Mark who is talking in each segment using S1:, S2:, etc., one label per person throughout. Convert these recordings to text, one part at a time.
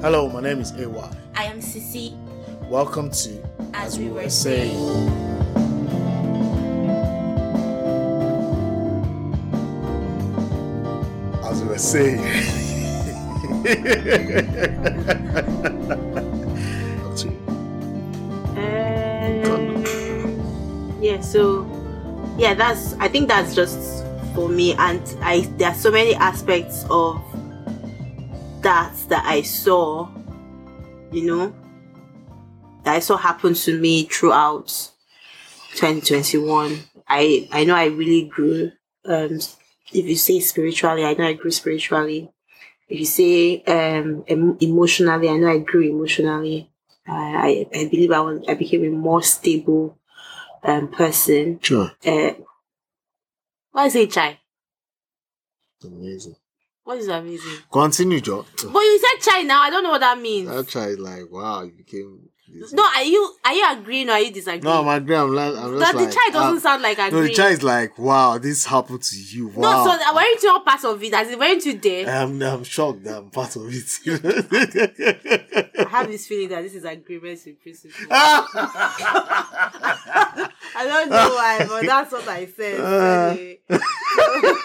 S1: Hello, my name is Awa.
S2: I am Sisi.
S1: Welcome to
S2: As We Were Saying.
S1: As we were saying.
S2: Um, Uh, yeah, so yeah, that's I think that's just for me, and I there are so many aspects of that that I saw, you know, that I saw happen to me throughout 2021. I I know I really grew. Um, if you say spiritually, I know I grew spiritually. If you say um em- emotionally, I know I grew emotionally. I, I I believe I was I became a more stable um person.
S1: Sure.
S2: Uh, what is it, chai?
S1: Amazing.
S2: What is amazing?
S1: Continue, Joe.
S2: But you said chai now. I don't know what that means.
S1: That child is like, wow, you became. this-
S2: no, are you are you agreeing or are you disagreeing?
S1: no, my girl, I'm, like, I'm just
S2: that the
S1: like,
S2: chai doesn't
S1: ah,
S2: sound like
S1: No,
S2: agreeing.
S1: the child is like, wow, this happened to you.
S2: No,
S1: Wow. Eh.
S2: so weren't you all part of it? As in, weren't you there?
S1: I'm, I'm shocked that I'm part of it.
S2: I have this feeling that this is agreement with principle.
S1: Ah!
S2: I don't know why, but that's what I said. anyway.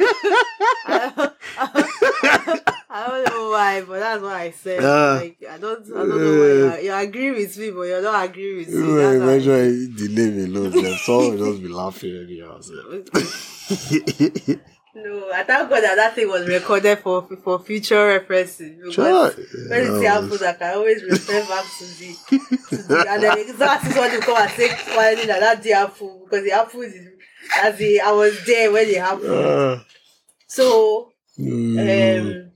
S2: I don't know why, but that's what I said.
S1: Ah.
S2: like, I don't, I don't know why you, are- you agree with me, but you don't agree with me. That's how I-
S1: Eventually, the name alone, then someone will just be laughing anyhow. so.
S2: No, I thank God that that thing was recorded for for future references. because
S1: Sure.
S2: When it's happens, I can always refer back to the, to the and then exactly what you come and say finally that that day happened because it happened in- as the, I was there when it happened.
S1: Ah.
S2: So
S1: Mm.
S2: um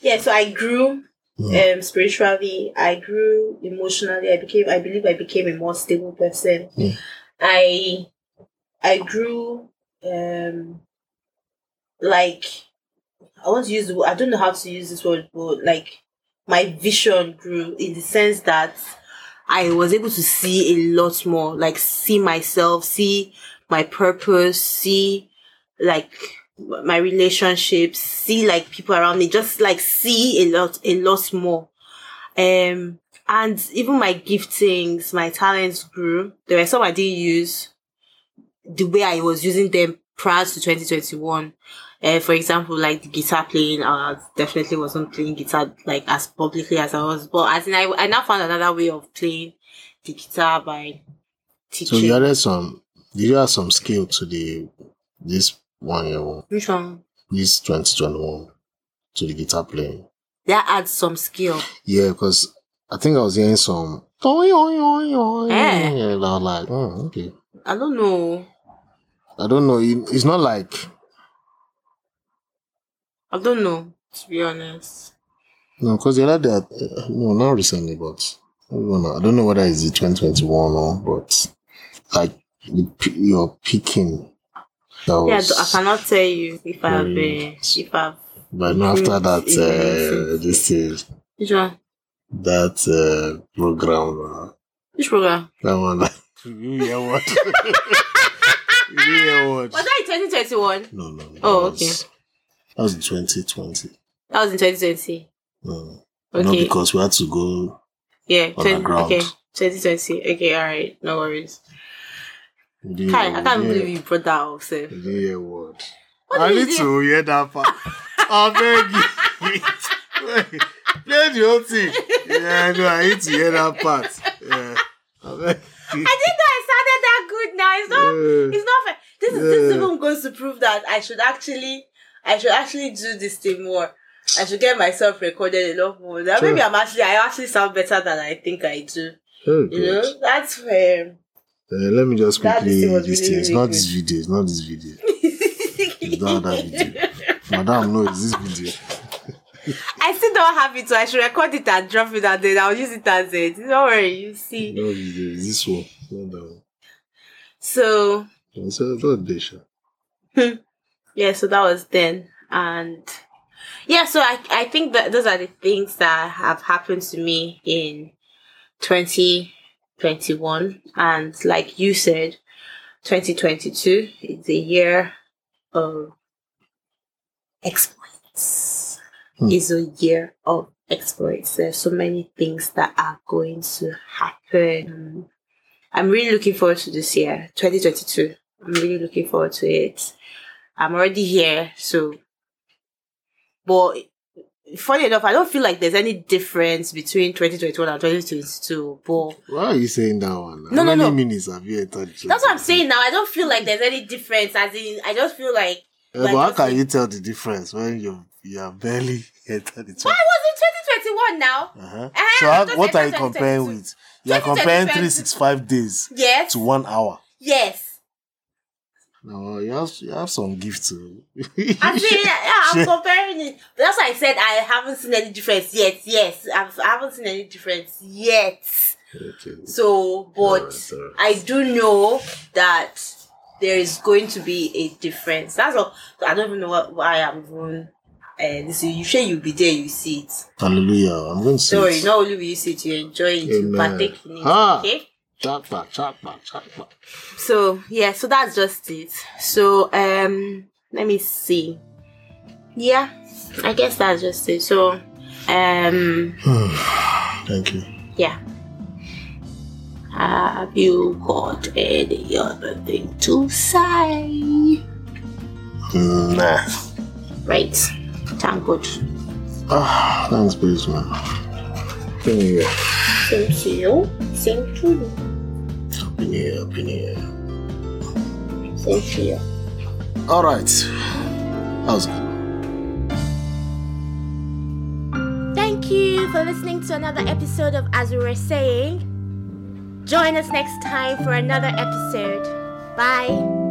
S2: yeah, so I grew um spiritually, I grew emotionally, I became I believe I became a more stable person.
S1: Mm.
S2: I I grew um like I want to use the word I don't know how to use this word, but like my vision grew in the sense that I was able to see a lot more, like see myself, see my purpose, see like my relationships, see like people around me, just like see a lot, a lot more. Um, and even my giftings, my talents grew. There were some I didn't use the way I was using them prior to 2021. Uh, for example, like the guitar playing, I definitely wasn't playing guitar like as publicly as I was, but as in I, I now found another way of playing the guitar by
S1: So
S2: teaching.
S1: you added some. Did you add some skill to the this one year old,
S2: Which one?
S1: this twenty twenty one, to the guitar playing?
S2: That adds some skill.
S1: Yeah, because I think I was hearing some. Oi, oi, oi, oi,
S2: Eh.
S1: And I was like, oh, okay.
S2: I don't know.
S1: I don't know. It, it's not like
S2: I don't know, to be honest.
S1: No, because the other day, I- uh, no, not recently, but I don't know, I don't know whether it's the 2021 or, but like the p- your picking. That
S2: Yeah,
S1: was,
S2: th- I cannot tell you if I have
S1: Very-
S2: uh, if I've
S1: but no, after that,
S2: It's- it's-
S1: uh, this is
S2: which one?
S1: that uh, program, uh,
S2: Which program?
S1: that one, that you hear what? you hear what?
S2: Was that in twenty twenty one?
S1: No, no, that
S2: Oh,
S1: was, That was in 2020.
S2: That was in twenty twenty.
S1: No, no,
S2: Okay.
S1: because we had to go
S2: yeah.
S1: on the
S2: 20,
S1: ground.
S2: okay. Twenty twenty. Okay, alright, no worries.
S1: You
S2: Kai, I
S1: hear-
S2: can't
S1: you hear-
S2: believe you brought that up, sir.
S1: you hear what?
S2: What
S1: I
S2: did
S1: need
S2: you do?
S1: to hear that part. I beg you. Play the whole thing. Yeah, I know. I need to hear that part. Yeah. I beg you.
S2: I didn't know I sounded that good now. It's not
S1: Yeah.
S2: it's not fair. This is this
S1: Yeah.
S2: even goes to prove that I should actually I should actually do this thing more. I should get myself recorded a lot more. That
S1: Sure.
S2: maybe I'm actually I actually sound better than I think I do.
S1: Very
S2: You
S1: good.
S2: know? That's where
S1: Oh, Uh, let me just
S2: That
S1: quickly
S2: this was
S1: this
S2: really,
S1: thing. It's
S2: really
S1: not
S2: good.
S1: this video. It's not this video. It's not that video. Madam, no, it's this video.
S2: I still don't have it, so I should record it and drop it and then I'll use it as it. Don't worry, you see.
S1: No video. It's this one. Not that one.
S2: So
S1: It's not that day, sha.
S2: yeah, so that was then. And yeah, so I I think that those are the things that have happened to me in 2021 and like you said 2022 is a year of exploits
S1: Hmm.
S2: is a year of exploits. There's so many things that are going to happen. I'm really looking forward to this year, 2022. I'm really looking forward to it. I'm already here, so. But funny enough, I don't feel like there's any difference between 2021 and 2022. But
S1: Why are you saying that one?
S2: No,
S1: How
S2: no,
S1: many
S2: no.
S1: minutes have you entered?
S2: that's what I'm saying now. I don't feel like there's any difference. As in, I just feel like
S1: Yeah,
S2: Like
S1: Eh, but how
S2: just
S1: can
S2: like-
S1: you tell the difference when you you are barely entered the
S2: I
S1: top?
S2: was in 2021 now.
S1: Uh-huh.
S2: I
S1: So how,
S2: Eh, just
S1: what
S2: entered
S1: are you comparing
S2: 2022.
S1: with? You are comparing
S2: 2022.
S1: 365 days
S2: Yes.
S1: to one hour.
S2: Yes.
S1: No, you have you have some gift oh. to.
S2: I say, yeah, I'm
S1: Shit.
S2: comparing it. But that's why I said I haven't seen any difference yet. Yes, I've, I haven't seen any difference yet.
S1: okay.
S2: So, but
S1: Alright, alright.
S2: I do know that there is going to be a difference. That's all. So I don't even know what, why I'm even. Uh, this you sure you'll be there, you see it.
S1: Hallelujah! I'm going to say.
S2: Sorry, not only will you see it, you enjoy it, you
S1: Amen.
S2: partake in it.
S1: Ah.
S2: Okay.
S1: Chat back, chat back, chat back.
S2: So yeah, so that's just it. So um let me see. Yeah, I guess that's just it. So um
S1: Thank you.
S2: yeah. Have you got any other thing to say?
S1: Nah.
S2: Right. Thank God.
S1: Ah, thanks, please, man. Anyway,
S2: Same to you. Same to you.
S1: happy new year, happy new year.
S2: Same to you.
S1: All right. How's it?
S3: Thank you for listening to another episode of As We Were Saying. Join us next time for another episode. Bye.